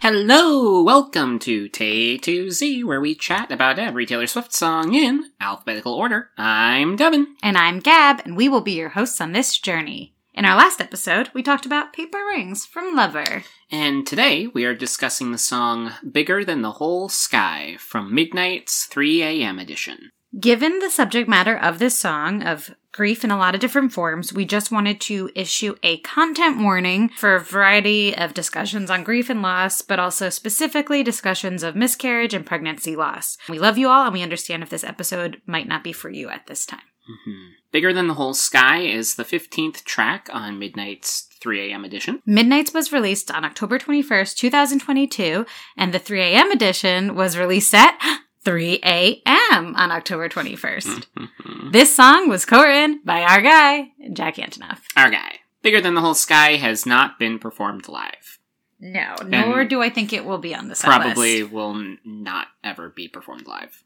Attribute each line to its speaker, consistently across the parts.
Speaker 1: Hello, welcome to Tay to Z, where we chat about every Taylor Swift song in alphabetical order. I'm Devin.
Speaker 2: And I'm Gab, and we will be your hosts on this journey. In our last episode, we talked about paper rings from Lover.
Speaker 1: And today we are discussing the song Bigger Than the Whole Sky from Midnight's 3 a.m. edition.
Speaker 2: Given the subject matter of this song of grief in a lot of different forms, we just wanted to issue a content warning for a variety of discussions on grief and loss, but also specifically discussions of miscarriage and pregnancy loss. We love you all, and we understand if this episode might not be for you at this time.
Speaker 1: Mhm. Bigger Than the Whole Sky is the 15th track on Midnight's 3 a.m. edition.
Speaker 2: Midnight's was released on October 21st, 2022, and the 3 a.m. edition was released at 3 a.m. on October 21st.
Speaker 1: Mhm.
Speaker 2: This song was co-written by our guy, Jack Antonoff.
Speaker 1: Our guy. Bigger Than the Whole Sky has not been performed live.
Speaker 2: No, nor
Speaker 1: And
Speaker 2: do I think it will be on the set
Speaker 1: Probably
Speaker 2: list,
Speaker 1: will n- not ever be performed live.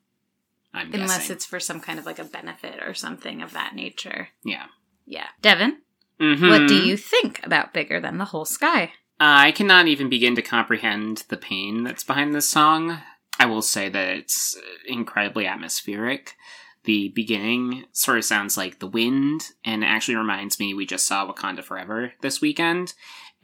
Speaker 1: I'm
Speaker 2: unless
Speaker 1: guessing.
Speaker 2: it's for some kind of like a benefit or something of that nature.
Speaker 1: Yeah.
Speaker 2: Yeah. Devin,
Speaker 1: Mhm.
Speaker 2: what do you think about Bigger Than the Whole Sky?
Speaker 1: I cannot even begin to comprehend the pain that's behind this song. I will say that it's incredibly atmospheric. The beginning sort of sounds like the wind and actually reminds me we just saw Wakanda Forever this weekend.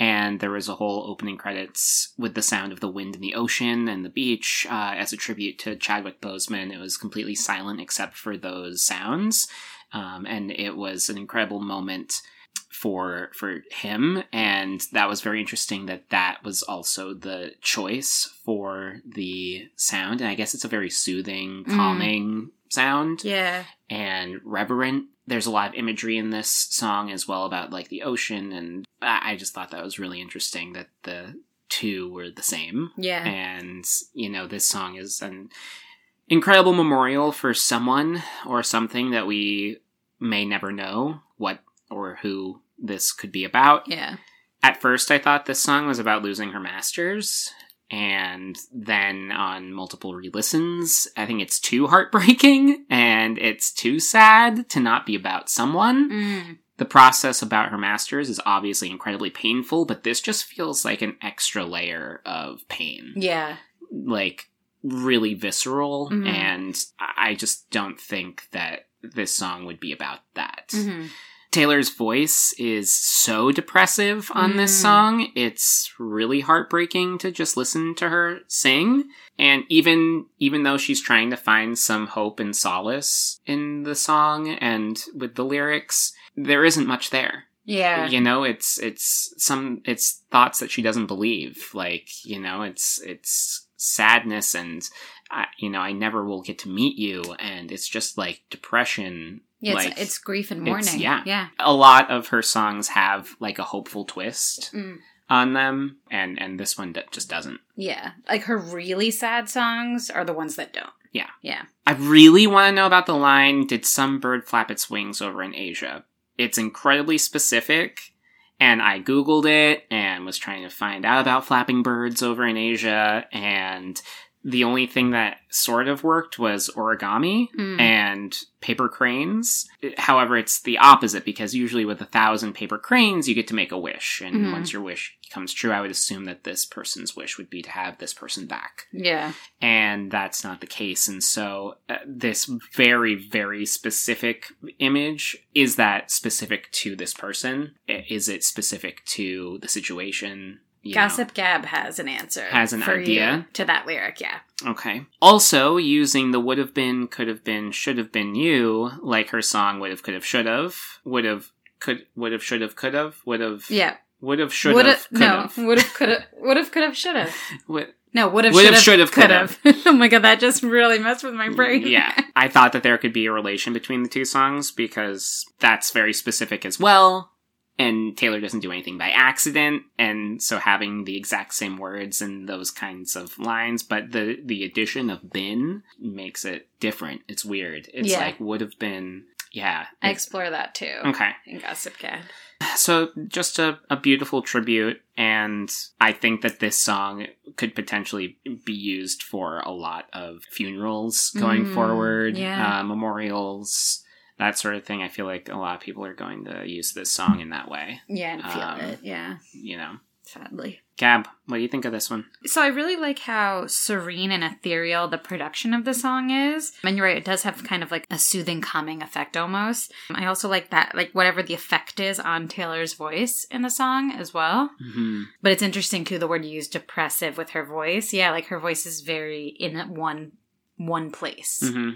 Speaker 1: And there was a whole opening credits with the sound of the wind in the ocean and the beach uh, as a tribute to Chadwick Boseman. It was completely silent except for those sounds. Um, and it was an incredible moment for for him and that was very interesting that that was also the choice for the sound and i guess it's a very soothing
Speaker 2: Mm.
Speaker 1: calming sound
Speaker 2: Yeah.
Speaker 1: and reverent there's a lot of imagery in this song as well about like the ocean and i I just thought that was really interesting that the two were the same
Speaker 2: Yeah.
Speaker 1: and you know this song is an incredible memorial for someone or something that we may never know what or who this could be about
Speaker 2: Yeah.
Speaker 1: at first i thought this song was about losing her masters and then on multiple re-listens i think it's too heartbreaking and it's too sad to not be about someone
Speaker 2: Mm.
Speaker 1: the process about her masters is obviously incredibly painful but this just feels like an extra layer of pain
Speaker 2: Yeah.
Speaker 1: like really visceral
Speaker 2: Mhm.
Speaker 1: and i I just don't think that this song would be about that
Speaker 2: hmm
Speaker 1: taylor's voice is so depressive on this
Speaker 2: Mm.
Speaker 1: song it's really heartbreaking to just listen to her sing and even even though she's trying to find some hope and solace in the song and with the lyrics there isn't much there
Speaker 2: Yeah.
Speaker 1: you know it's it's some it's thoughts that she doesn't believe like you know it's it's sadness and I, you know i never will get to meet you and it's just like depression
Speaker 2: Yeah, it's,
Speaker 1: like
Speaker 2: it's grief and
Speaker 1: it's-
Speaker 2: mourning.
Speaker 1: yeah.
Speaker 2: Yeah.
Speaker 1: a lot of her songs have like a hopeful twist
Speaker 2: Mm.
Speaker 1: on them and and this one d- just doesn't
Speaker 2: Yeah. Like her really sad songs are the ones that don't.
Speaker 1: i really want to know about the line did some bird flap its wings over in asia it's incredibly specific and I Googled it and was trying to find out about flapping birds over in Asia. And the only thing that sort of worked was origami
Speaker 2: Mm.
Speaker 1: and paper cranes. However, it's the opposite because usually with a thousand paper cranes, you get to make a wish. And
Speaker 2: Mhm.
Speaker 1: once your wish comes true, I would assume that this person's wish would be to have this person back
Speaker 2: Yeah.
Speaker 1: and that's not the case. And so, uh, this very, very specific image is that specific to this person? I- Is it specific to the situation? You know?
Speaker 2: Gossip Gab has an answer.
Speaker 1: Has an
Speaker 2: for you
Speaker 1: idea.
Speaker 2: to that lyric. Yeah.
Speaker 1: Okay. Also, using the would have been, could have been, should have been you, like her song would have, could have, should have, would have, could, would have, should have, could have, would have,
Speaker 2: Yeah.
Speaker 1: would have, should
Speaker 2: Would've-
Speaker 1: have, could
Speaker 2: no.
Speaker 1: have.
Speaker 2: Would have. Could have. Would have. Could have. Should have.
Speaker 1: Wh-
Speaker 2: No. Would have.
Speaker 1: Would've,
Speaker 2: Should have.
Speaker 1: should've,
Speaker 2: Could have. oh my god, that just really messed with my brain.
Speaker 1: Yeah. I thought that there could be a relation between the two songs because that's very specific as well. And Taylor doesn't do anything by accident, and so having the exact same words and those kinds of lines, but the the addition of "been" makes it different. It's weird. It's
Speaker 2: Yeah.
Speaker 1: like would have been, yeah.
Speaker 2: I
Speaker 1: it's-
Speaker 2: explore that too
Speaker 1: okay,
Speaker 2: in Gossip Gab.
Speaker 1: so just a, a beautiful tribute, and I think that this song could potentially be used for a lot of funerals going
Speaker 2: Mm,
Speaker 1: forward,
Speaker 2: yeah.
Speaker 1: uh, memorials, that sort of thing. I feel like a lot of people are going to use this song in that way,
Speaker 2: Yeah, and feel
Speaker 1: Um,
Speaker 2: it. Yeah.
Speaker 1: you know.
Speaker 2: sadly.
Speaker 1: Gab, what do you think of this one?
Speaker 2: So I really like how serene and ethereal the production of the song is. And you're right, it does have kind of like a soothing calming effect almost. I also like that like whatever the effect is on Taylor's voice in the song as well.
Speaker 1: Mm-hmm.
Speaker 2: But it's interesting too the word you used depressive with her voice. Yeah, like her voice is very in that one one place.
Speaker 1: Mm-hmm.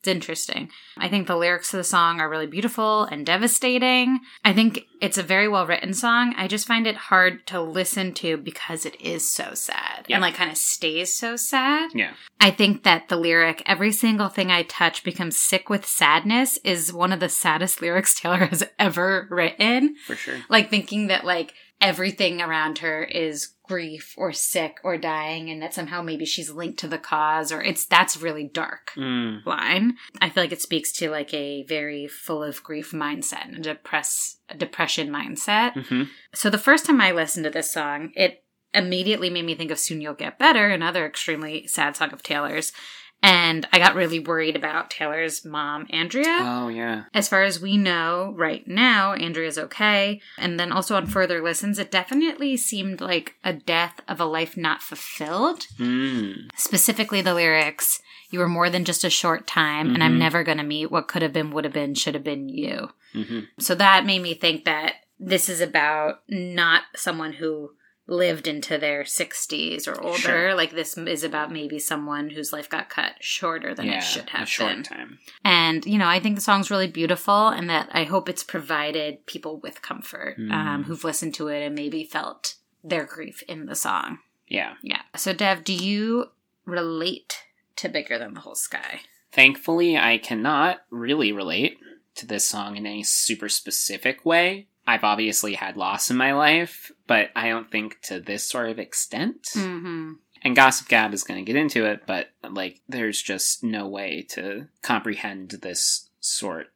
Speaker 2: It's interesting. I think the lyrics of the song are really beautiful and devastating. I think it's a very well written song. I just find it hard to listen to because it is so sad
Speaker 1: Yeah.
Speaker 2: and like kind of stays so sad.
Speaker 1: Yeah.
Speaker 2: I think that the lyric, every single thing I touch becomes sick with sadness, is one of the saddest lyrics Taylor has ever written
Speaker 1: For sure.
Speaker 2: like thinking that like everything around her is grief or sick or dying and that somehow maybe she's linked to the cause or it's that's really dark
Speaker 1: Mm.
Speaker 2: line i feel like it speaks to like a very full of grief mindset and a depress a depression mindset
Speaker 1: hmm
Speaker 2: so the first time i listened to this song it immediately made me think of soon you'll get better another extremely sad song of taylor's and i got really worried about taylor's mom andrea
Speaker 1: Oh, yeah.
Speaker 2: as far as we know right now, Andrea's okay. And then also on further listens, it definitely seemed like a death of a life not fulfilled.
Speaker 1: Mm.
Speaker 2: Specifically, the lyrics You were more than just a short time, and I'm
Speaker 1: Mhm.
Speaker 2: never going to meet what could have been, would have been, should have been you.
Speaker 1: hmm
Speaker 2: So that made me think that this is about not someone who lived into their 60s or older.
Speaker 1: Sure.
Speaker 2: Like, this is about maybe someone whose life got cut shorter than
Speaker 1: yeah.
Speaker 2: it should
Speaker 1: a
Speaker 2: have
Speaker 1: short
Speaker 2: been.
Speaker 1: time.
Speaker 2: And, you know, I think the song's really beautiful and that I hope it's provided people with comfort
Speaker 1: Mm.
Speaker 2: um, who've listened to it and maybe felt their grief in the song.
Speaker 1: Yeah.
Speaker 2: Yeah. So, Dev, do you relate to Bigger Than the Whole Sky?
Speaker 1: Thankfully, I cannot really relate to this song in any super specific way. I've obviously had loss in my life, but I don't think to this sort of extent.
Speaker 2: Mm-hmm.
Speaker 1: And Gossip Gab is going to get into it, but like, there's just no way to comprehend this sort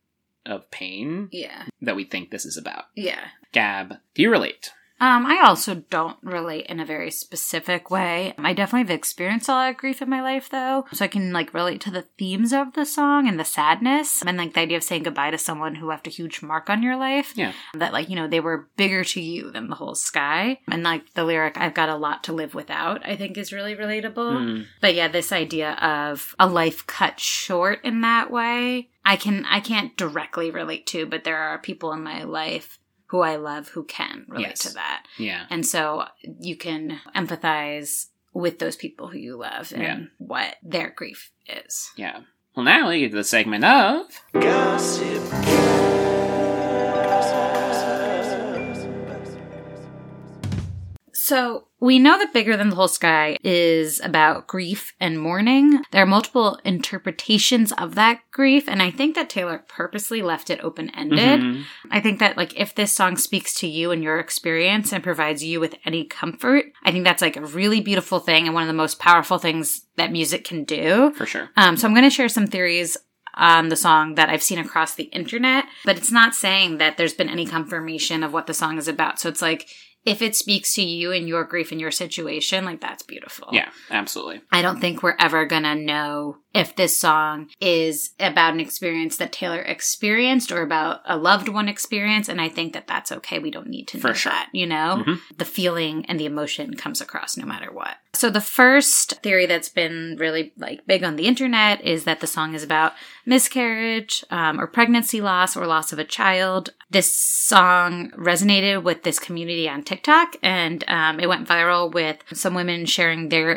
Speaker 1: of pain
Speaker 2: Yeah.
Speaker 1: that we think this is about.
Speaker 2: Yeah.
Speaker 1: Gab, do you relate?
Speaker 2: Um, I also don't relate in a very specific way. I definitely have experienced a lot of grief in my life, though, so I can like relate to the themes of the song and the sadness, and like the idea of saying goodbye to someone who left a huge mark on your life.
Speaker 1: Yeah.
Speaker 2: that like you know they were bigger to you than the whole sky, and like the lyric "I've got a lot to live without" I think is really relatable.
Speaker 1: Mm.
Speaker 2: But yeah, this idea of a life cut short in that way, I can I can't directly relate to, but there are people in my life who I love who can relate
Speaker 1: Yes.
Speaker 2: to that.
Speaker 1: Yeah.
Speaker 2: And so you can empathize with those people who you love and
Speaker 1: Yeah.
Speaker 2: what their grief is.
Speaker 1: Yeah. Well, now we get to the segment of
Speaker 3: Gossip.
Speaker 2: So we know that Bigger Than the Whole Sky is about grief and mourning. There are multiple interpretations of that grief, and I think that Taylor purposely left it open ended.
Speaker 1: Mhm.
Speaker 2: I think that like if this song speaks to you and your experience and provides you with any comfort, I think that's like a really beautiful thing and one of the most powerful things that music can do.
Speaker 1: for sure.
Speaker 2: Um, so I'm going to share some theories on the song that I've seen across the internet, but it's not saying that there's been any confirmation of what the song is about. So it's like if it speaks to you and your grief and your situation, like that's beautiful.
Speaker 1: Yeah, absolutely.
Speaker 2: I don't think we're ever going to know if this song is about an experience that Taylor experienced or about a loved one experience. And I think that that's okay. We don't need to know
Speaker 1: For sure.
Speaker 2: that, you know?
Speaker 1: Mhm.
Speaker 2: The feeling and the emotion comes across no matter what. So the first theory that's been really like big on the internet is that the song is about miscarriage um, or pregnancy loss or loss of a child. This song resonated with this community on TikTok and um, it went viral with some women sharing their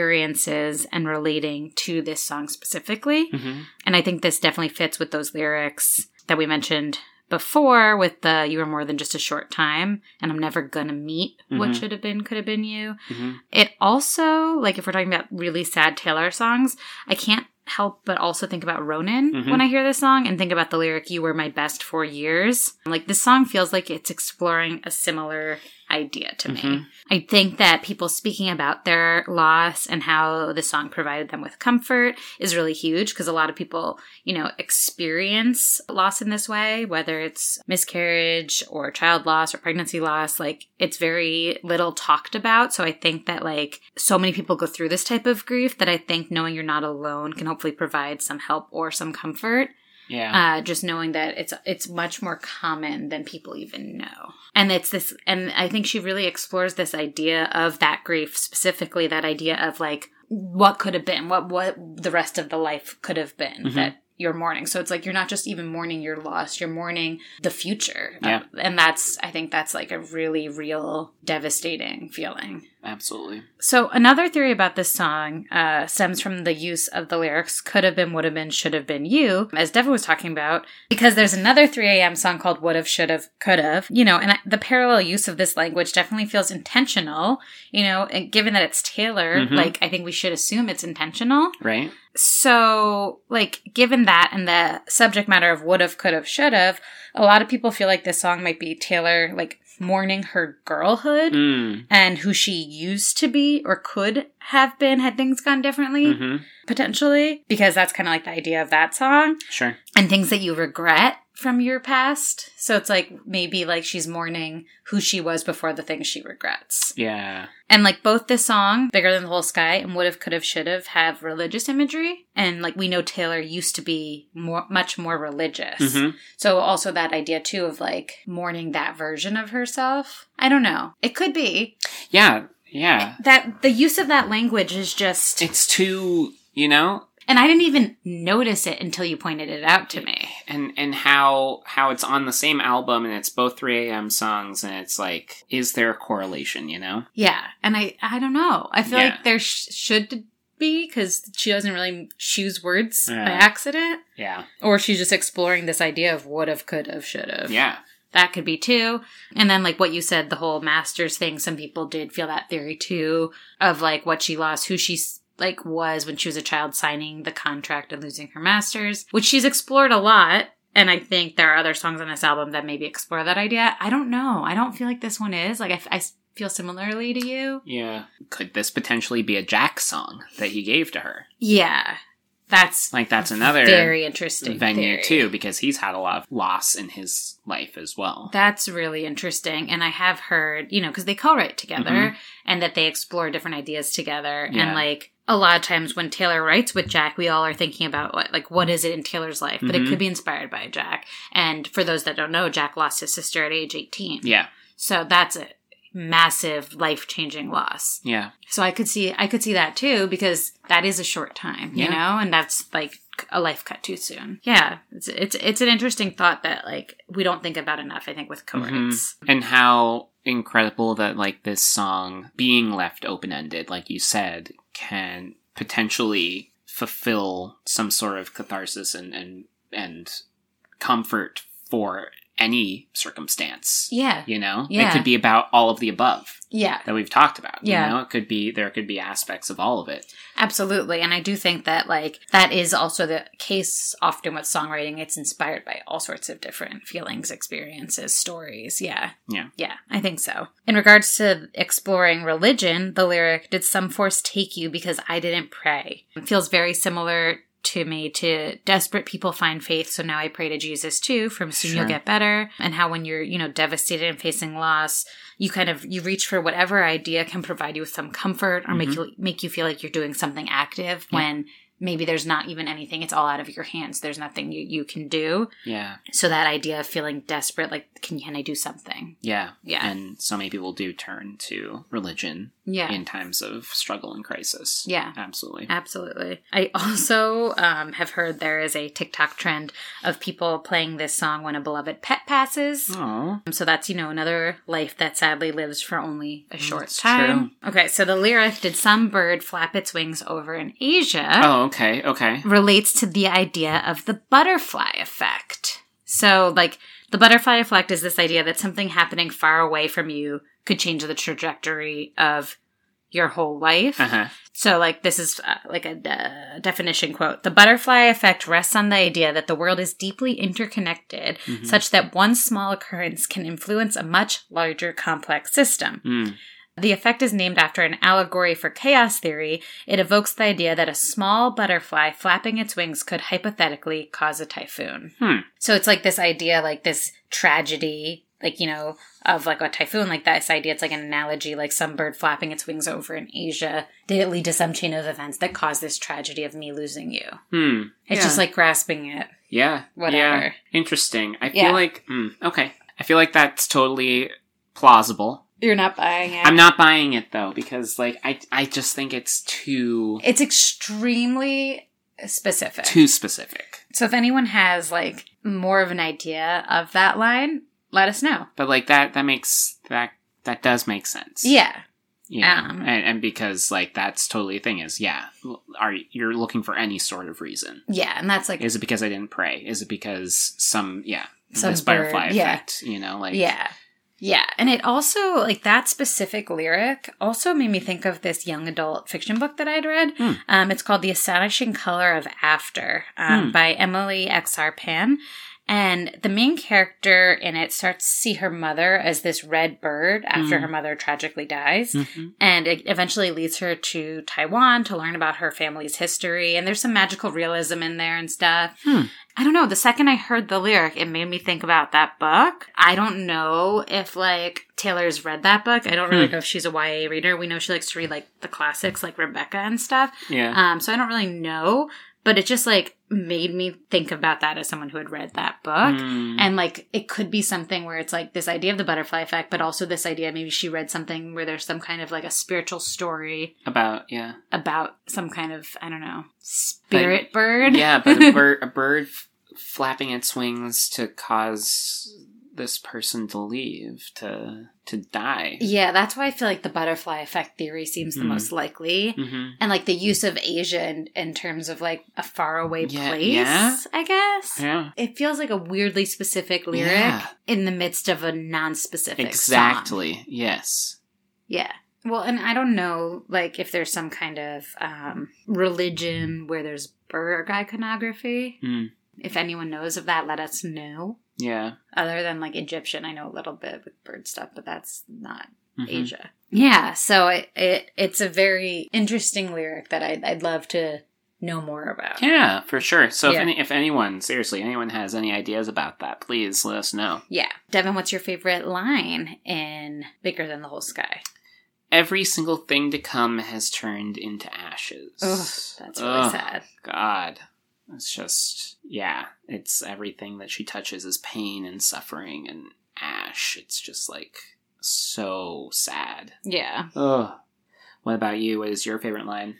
Speaker 2: experiences and relating to this song specifically.
Speaker 1: hmm
Speaker 2: And I think this definitely fits with those lyrics that we mentioned before with the you were more than just a short time and I'm never gonna meet what
Speaker 1: Mhm.
Speaker 2: should have been, could have been you.
Speaker 1: hmm
Speaker 2: It also, like, if we're talking about really sad Taylor songs, I can't help but also think about Ronan
Speaker 1: Mhm.
Speaker 2: when I hear this song and think about the lyric, You Were My Best for Years. Like, this song feels like it's exploring a similar idea to me.
Speaker 1: Mhm.
Speaker 2: I think that people speaking about their loss and how the song provided them with comfort is really huge because a lot of people, you know, experience loss in this way, whether it's miscarriage or child loss or pregnancy loss. Like, it's very little talked about. So I think that, like, so many people go through this type of grief that I think knowing you're not alone can hopefully provide some help or some comfort.
Speaker 1: Yeah.
Speaker 2: uh, just knowing that it's it's much more common than people even know and it's this and i think she really explores this idea of that grief specifically that idea of like what could have been what what the rest of the life could have been
Speaker 1: Mhm.
Speaker 2: that you're mourning so it's like you're not just even mourning your loss you're mourning the future Uh,
Speaker 1: Yeah.
Speaker 2: and that's i think that's like a really real devastating feeling
Speaker 1: Absolutely.
Speaker 2: so another theory about this song uh, stems from the use of the lyrics "could have been, would have been, should have been you," as Devin was talking about, because there's another 3 a.m. song called "Would Have, Should Have, Could Have," you know, and I- the parallel use of this language definitely feels intentional, you know, and given that it's tailored,
Speaker 1: Mhm.
Speaker 2: like I think we should assume it's intentional.
Speaker 1: Right.
Speaker 2: So, like, given that and the subject matter of would have, could have, should have, a lot of people feel like this song might be Taylor like mourning her girlhood
Speaker 1: Mm.
Speaker 2: and who she used to be or could have been had things gone differently,
Speaker 1: hmm
Speaker 2: potentially, because that's kind of like the idea of that song
Speaker 1: Sure.
Speaker 2: and things that you regret from your past. So it's like maybe like she's mourning who she was before the things she regrets.
Speaker 1: Yeah.
Speaker 2: And like both this song, Bigger Than the Whole Sky, and Would Have, Could Have, Should Have, have religious imagery. And like we know Taylor used to be more, much more religious.
Speaker 1: hmm
Speaker 2: So also that idea too of like mourning that version of herself. I don't know. It could be.
Speaker 1: Yeah. Yeah.
Speaker 2: that the use of that language is just
Speaker 1: It's too, you know,
Speaker 2: and i didn't even notice it until you pointed it out to me
Speaker 1: and and how how it's on the same album and it's both 3 a.m songs and it's like is there a correlation you know
Speaker 2: yeah and i i don't know i feel
Speaker 1: Yeah.
Speaker 2: like there sh- should be because she doesn't really choose words
Speaker 1: Yeah.
Speaker 2: by accident
Speaker 1: yeah
Speaker 2: or she's just exploring this idea of would have could have should have
Speaker 1: yeah
Speaker 2: that could be too and then like what you said the whole masters thing some people did feel that theory too of like what she lost who she s- like was when she was a child signing the contract and losing her masters which she's explored a lot and i think there are other songs on this album that maybe explore that idea i don't know i don't feel like this one is like i, f- I s- feel similarly to you
Speaker 1: yeah could this potentially be a jack song that he gave to her
Speaker 2: yeah that's
Speaker 1: like that's another
Speaker 2: very interesting
Speaker 1: venue
Speaker 2: theory.
Speaker 1: too because he's had a lot of loss in his life as well
Speaker 2: That's really interesting. And I have heard, you know, because they co write together
Speaker 1: Mhm.
Speaker 2: and that they explore different ideas together.
Speaker 1: Yeah.
Speaker 2: And like a lot of times when Taylor writes with Jack, we all are thinking about what, like, what is it in Taylor's life? But it
Speaker 1: Mhm.
Speaker 2: could be inspired by Jack. And for those that don't know, Jack lost his sister at age 18.
Speaker 1: yeah
Speaker 2: So that's a massive life changing loss.
Speaker 1: yeah
Speaker 2: So I could see, I could see that too, because that is a short time, you
Speaker 1: Yeah.
Speaker 2: know, and that's like a life cut too soon. Yeah, it's it's it's an interesting thought that like we don't think about enough. I think with co-writes.
Speaker 1: and how incredible that like this song being left open-ended like you said can potentially fulfill some sort of catharsis and and, and comfort for any circumstance
Speaker 2: Yeah,
Speaker 1: you know
Speaker 2: Yeah.
Speaker 1: it could be about all of the above
Speaker 2: yeah,
Speaker 1: that we've talked about
Speaker 2: Yeah.
Speaker 1: you know it could be there could be aspects of all of it
Speaker 2: absolutely. And I do think that like that is also the case often with songwriting. It's inspired by all sorts of different feelings, experiences, stories. Yeah,
Speaker 1: Yeah.
Speaker 2: yeah. I think so. In regards to exploring religion, the lyric "Did some force take you because I didn't pray?" feels very similar. To me, to desperate people find faith. So now I pray to Jesus too, from soon you'll
Speaker 1: Sure.
Speaker 2: get better. And how when you're, you know, devastated and facing loss, you kind of you reach for whatever idea can provide you with some comfort or make
Speaker 1: Mhm.
Speaker 2: you make you feel like you're doing something active
Speaker 1: Yeah.
Speaker 2: when maybe there's not even anything it's all out of your hands there's nothing you, you can do
Speaker 1: yeah
Speaker 2: so that idea of feeling desperate like can, can i do something
Speaker 1: yeah
Speaker 2: yeah
Speaker 1: and so many people do turn to religion
Speaker 2: yeah
Speaker 1: in times of struggle and crisis
Speaker 2: yeah
Speaker 1: absolutely
Speaker 2: Absolutely. I also um, have heard there is a TikTok trend of people playing this song when a beloved pet passes. Um,
Speaker 1: oh
Speaker 2: So that's, you know, another life that sadly lives for only a
Speaker 1: Mm,
Speaker 2: short
Speaker 1: That's
Speaker 2: time. Okay, so the lyric, Did some bird flap its wings over in Asia,
Speaker 1: oh okay okay
Speaker 2: relates to the idea of the butterfly effect. So, like, the butterfly effect is this idea that something happening far away from you could change the trajectory of your whole life.
Speaker 1: uh-huh
Speaker 2: So, like, this is uh, like a uh, definition quote. The butterfly effect rests on the idea that the world is deeply interconnected,
Speaker 1: Mhm.
Speaker 2: such that one small occurrence can influence a much larger complex system.
Speaker 1: Mm.
Speaker 2: The effect is named after an allegory for chaos theory. It evokes the idea that a small butterfly flapping its wings could hypothetically cause a typhoon.
Speaker 1: Hmm.
Speaker 2: So it's like this idea, like this tragedy, like, you know, of like a typhoon, like this idea. It's like an analogy, like some bird flapping its wings over in Asia. Did it lead to some chain of events that caused this tragedy of me losing you?
Speaker 1: Hmm.
Speaker 2: It's
Speaker 1: Yeah.
Speaker 2: just like grasping it.
Speaker 1: Yeah.
Speaker 2: whatever.
Speaker 1: yeah. Interesting. I
Speaker 2: Yeah.
Speaker 1: feel like mm, okay. I feel like that's totally plausible.
Speaker 2: You're not buying it.
Speaker 1: I'm not buying it though because like I I just think it's too
Speaker 2: It's extremely specific.
Speaker 1: too specific.
Speaker 2: so if anyone has like more of an idea of that line, let us know.
Speaker 1: But like that that makes that that does make sense.
Speaker 2: Yeah.
Speaker 1: Yeah.
Speaker 2: Um,
Speaker 1: and, and because like that's totally a thing is yeah, are you- you're looking for any sort of reason?
Speaker 2: Yeah, and that's like
Speaker 1: Is it because I didn't pray? Is it because some yeah
Speaker 2: Some
Speaker 1: this butterfly
Speaker 2: bird, yeah.
Speaker 1: effect? You know like
Speaker 2: yeah. Yeah, and it also like that specific lyric also made me think of this young adult fiction book that I'd read.
Speaker 1: Hmm.
Speaker 2: Um, it's called The Astonishing Color of After um,
Speaker 1: Hmm.
Speaker 2: by Emily XR Pan. And the main character in it starts to see her mother as this red bird after
Speaker 1: Hmm.
Speaker 2: her mother tragically dies.
Speaker 1: Mhm.
Speaker 2: And it eventually leads her to Taiwan to learn about her family's history. And there's some magical realism in there and stuff.
Speaker 1: Hmm.
Speaker 2: I don't know. The second I heard the lyric, it made me think about that book. I don't know if like Taylor's read that book. I don't really
Speaker 1: Hmm.
Speaker 2: know if she's a YA reader. We know she likes to read like the classics, like Rebecca and stuff.
Speaker 1: yeah
Speaker 2: Um, so I don't really know, but it just like made me think about that as someone who had read that book.
Speaker 1: Mm.
Speaker 2: And like it could be something where it's like this idea of the butterfly effect, but also this idea maybe she read something where there's some kind of like a spiritual story
Speaker 1: about yeah
Speaker 2: about some kind of I don't know spirit bird.
Speaker 1: yeah, but a bird, a bird f- flapping its wings to cause this person to leave, to to die.
Speaker 2: yeah, that's why I feel like the butterfly effect theory seems the
Speaker 1: Mhm.
Speaker 2: most likely.
Speaker 1: hmm
Speaker 2: And like the use of Asia in, in terms of like a faraway
Speaker 1: Yeah,
Speaker 2: place,
Speaker 1: yeah.
Speaker 2: I guess.
Speaker 1: Yeah,
Speaker 2: It feels like a weirdly specific lyric
Speaker 1: Yeah.
Speaker 2: in the midst of a non-specific song.
Speaker 1: exactly. Yes.
Speaker 2: Yeah. Well, and I don't know, like, if there's some kind of um, religion where there's bird iconography.
Speaker 1: Mm.
Speaker 2: If anyone knows of that, let us know.
Speaker 1: Yeah.
Speaker 2: Other than like Egyptian, I know a little bit with bird stuff, but that's not
Speaker 1: Mhm.
Speaker 2: Asia. Yeah, so it, it it's a very interesting lyric that I'd, I'd love to know more about.
Speaker 1: Yeah, for sure. So
Speaker 2: Yeah.
Speaker 1: if any, if anyone, seriously, anyone has any ideas about that, please let us know.
Speaker 2: Yeah. Devin, what's your favorite line in Bigger Than the Whole Sky?
Speaker 1: Every single thing to come has turned into ashes.
Speaker 2: Ugh, that's really
Speaker 1: Ugh,
Speaker 2: sad.
Speaker 1: God. It's just yeah, it's everything that she touches is pain and suffering and ash. It's just like so sad.
Speaker 2: Yeah.
Speaker 1: Ugh. What about you? What is your favorite line?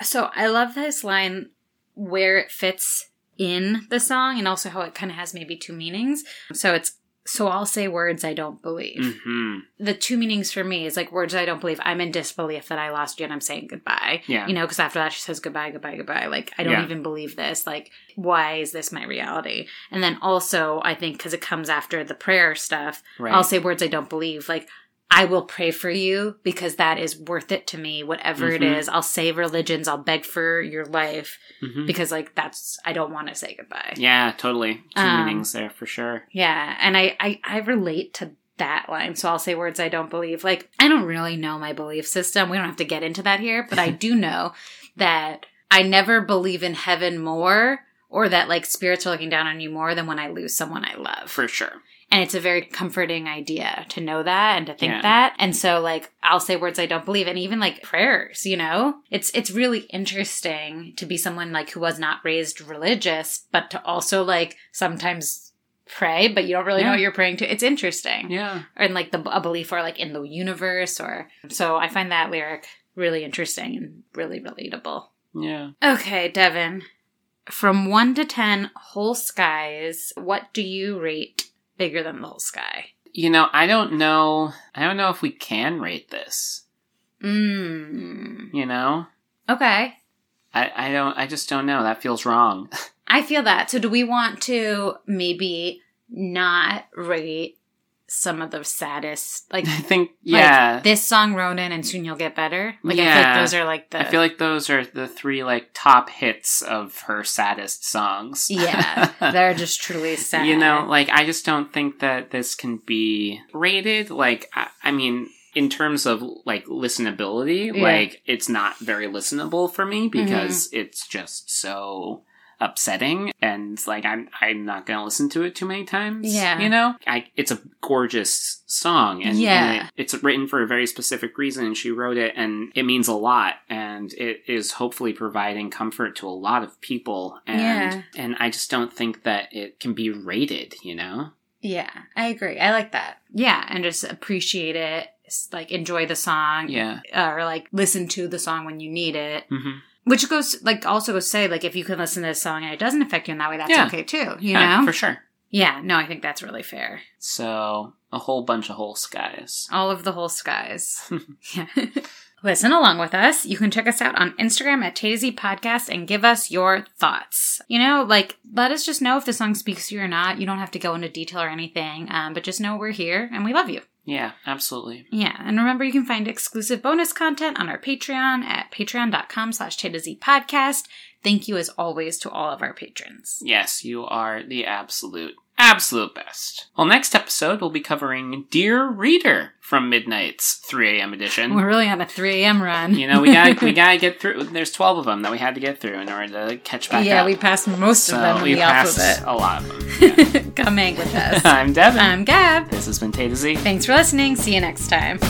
Speaker 2: So I love this line where it fits in the song and also how it kind of has maybe two meanings. So it's so I'll say words I don't believe.
Speaker 1: Mm-hmm.
Speaker 2: The two meanings for me is like words I don't believe. I'm in disbelief that I lost you and I'm saying goodbye.
Speaker 1: Yeah.
Speaker 2: You know, because after that she says goodbye, goodbye, goodbye. Like, I don't
Speaker 1: Yeah.
Speaker 2: even believe this. Like, why is this my reality? And then also, I think because it comes after the prayer stuff,
Speaker 1: right.
Speaker 2: I'll say words I don't believe. Like, I will pray for you because that is worth it to me, whatever it
Speaker 1: Mhm.
Speaker 2: is. I'll say religions. I'll beg for your life
Speaker 1: Mhm.
Speaker 2: because, like, that's, I don't want to say goodbye. Yeah.
Speaker 1: Yeah, totally. Two
Speaker 2: Um,
Speaker 1: meanings there for sure.
Speaker 2: And I, I, I relate to that line. So I'll say words I don't believe. Like, I don't really know my belief system. We don't have to get into that here, but I do know that I never believe in heaven more or that, like, spirits are looking down on you more than when I lose someone I love.
Speaker 1: For sure.
Speaker 2: And it's a very comforting idea to know that and to think
Speaker 1: Yeah.
Speaker 2: that. And so like I'll say words I don't believe and even like prayers, you know? It's it's really interesting to be someone like who was not raised religious, but to also like sometimes pray, but you don't really know
Speaker 1: Yeah.
Speaker 2: what you're praying to. It's interesting.
Speaker 1: Yeah.
Speaker 2: And like the a belief or like in the universe or so I find that lyric really interesting and really relatable.
Speaker 1: Yeah.
Speaker 2: Okay, Devin. From one to ten whole skies, what do you rate bigger than the whole sky?
Speaker 1: You know, I don't know. I don't know if we can rate this.
Speaker 2: Mmm.
Speaker 1: You know,
Speaker 2: Okay.
Speaker 1: I, I don't. I just don't know. That feels wrong.
Speaker 2: I feel that. So do we want to maybe not rate some of the saddest like
Speaker 1: I think. Yeah.
Speaker 2: this song Ronan and Soon You'll Get Better? Like I feel like
Speaker 1: Yeah.
Speaker 2: those are like the
Speaker 1: I feel like those are the three like top hits of her saddest songs.
Speaker 2: Yeah. They're just truly sad.
Speaker 1: You know, like I just don't think that this can be rated. Like, I, I mean, in terms of like listenability,
Speaker 2: Yeah. Mm-hmm.
Speaker 1: like it's not very listenable for me because it's just so upsetting and like I'm I'm not gonna listen to it too many times.
Speaker 2: Yeah.
Speaker 1: You know? I it's a gorgeous song and,
Speaker 2: Yeah.
Speaker 1: and it- it's written for a very specific reason and she wrote it and it means a lot and it is hopefully providing comfort to a lot of people and
Speaker 2: Yeah.
Speaker 1: and I just don't think that it can be rated, you know?
Speaker 2: Yeah, I agree. I like that. Yeah, and just appreciate it. s- Like enjoy the song. uh,
Speaker 1: Yeah.
Speaker 2: or like listen to the song when you need it.
Speaker 1: hmm
Speaker 2: Which goes like also goes to say like if you can listen to this song and it doesn't affect you in that way, that's
Speaker 1: Yeah.
Speaker 2: okay too. You
Speaker 1: yeah,
Speaker 2: know?
Speaker 1: Uh, for sure.
Speaker 2: yeah. No, I think that's really fair.
Speaker 1: So a whole bunch of whole skies.
Speaker 2: All of the whole skies. yeah. Listen along with us. You can check us out on Instagram at Tazy Podcast and give us your thoughts. You know, like let us just know if the song speaks to you or not. You don't have to go into detail or anything, um, but just know we're here and we love you.
Speaker 1: Yeah, absolutely.
Speaker 2: Yeah, and remember you can find exclusive bonus content on our Patreon at patreon.com slash Tay to Z podcast. Thank you as always to all of our patrons.
Speaker 1: Yes, you are the absolute, absolute best. Well, next episode, we'll be covering Dear Reader from Midnight's 3 a.m. edition.
Speaker 2: We're really on a 3 a.m. run.
Speaker 1: you know, we got we got to get through. There's 12 of them that we had to get through in order to catch back
Speaker 2: yeah,
Speaker 1: up.
Speaker 2: we passed most
Speaker 1: so
Speaker 2: of them in
Speaker 1: we
Speaker 2: the
Speaker 1: passed
Speaker 2: alphabet.
Speaker 1: a lot of them. Yeah.
Speaker 2: Come hang with us.
Speaker 1: I'm Devin.
Speaker 2: I'm Gab.
Speaker 1: this has been Tay to Z.
Speaker 2: Thanks for listening. See you next time.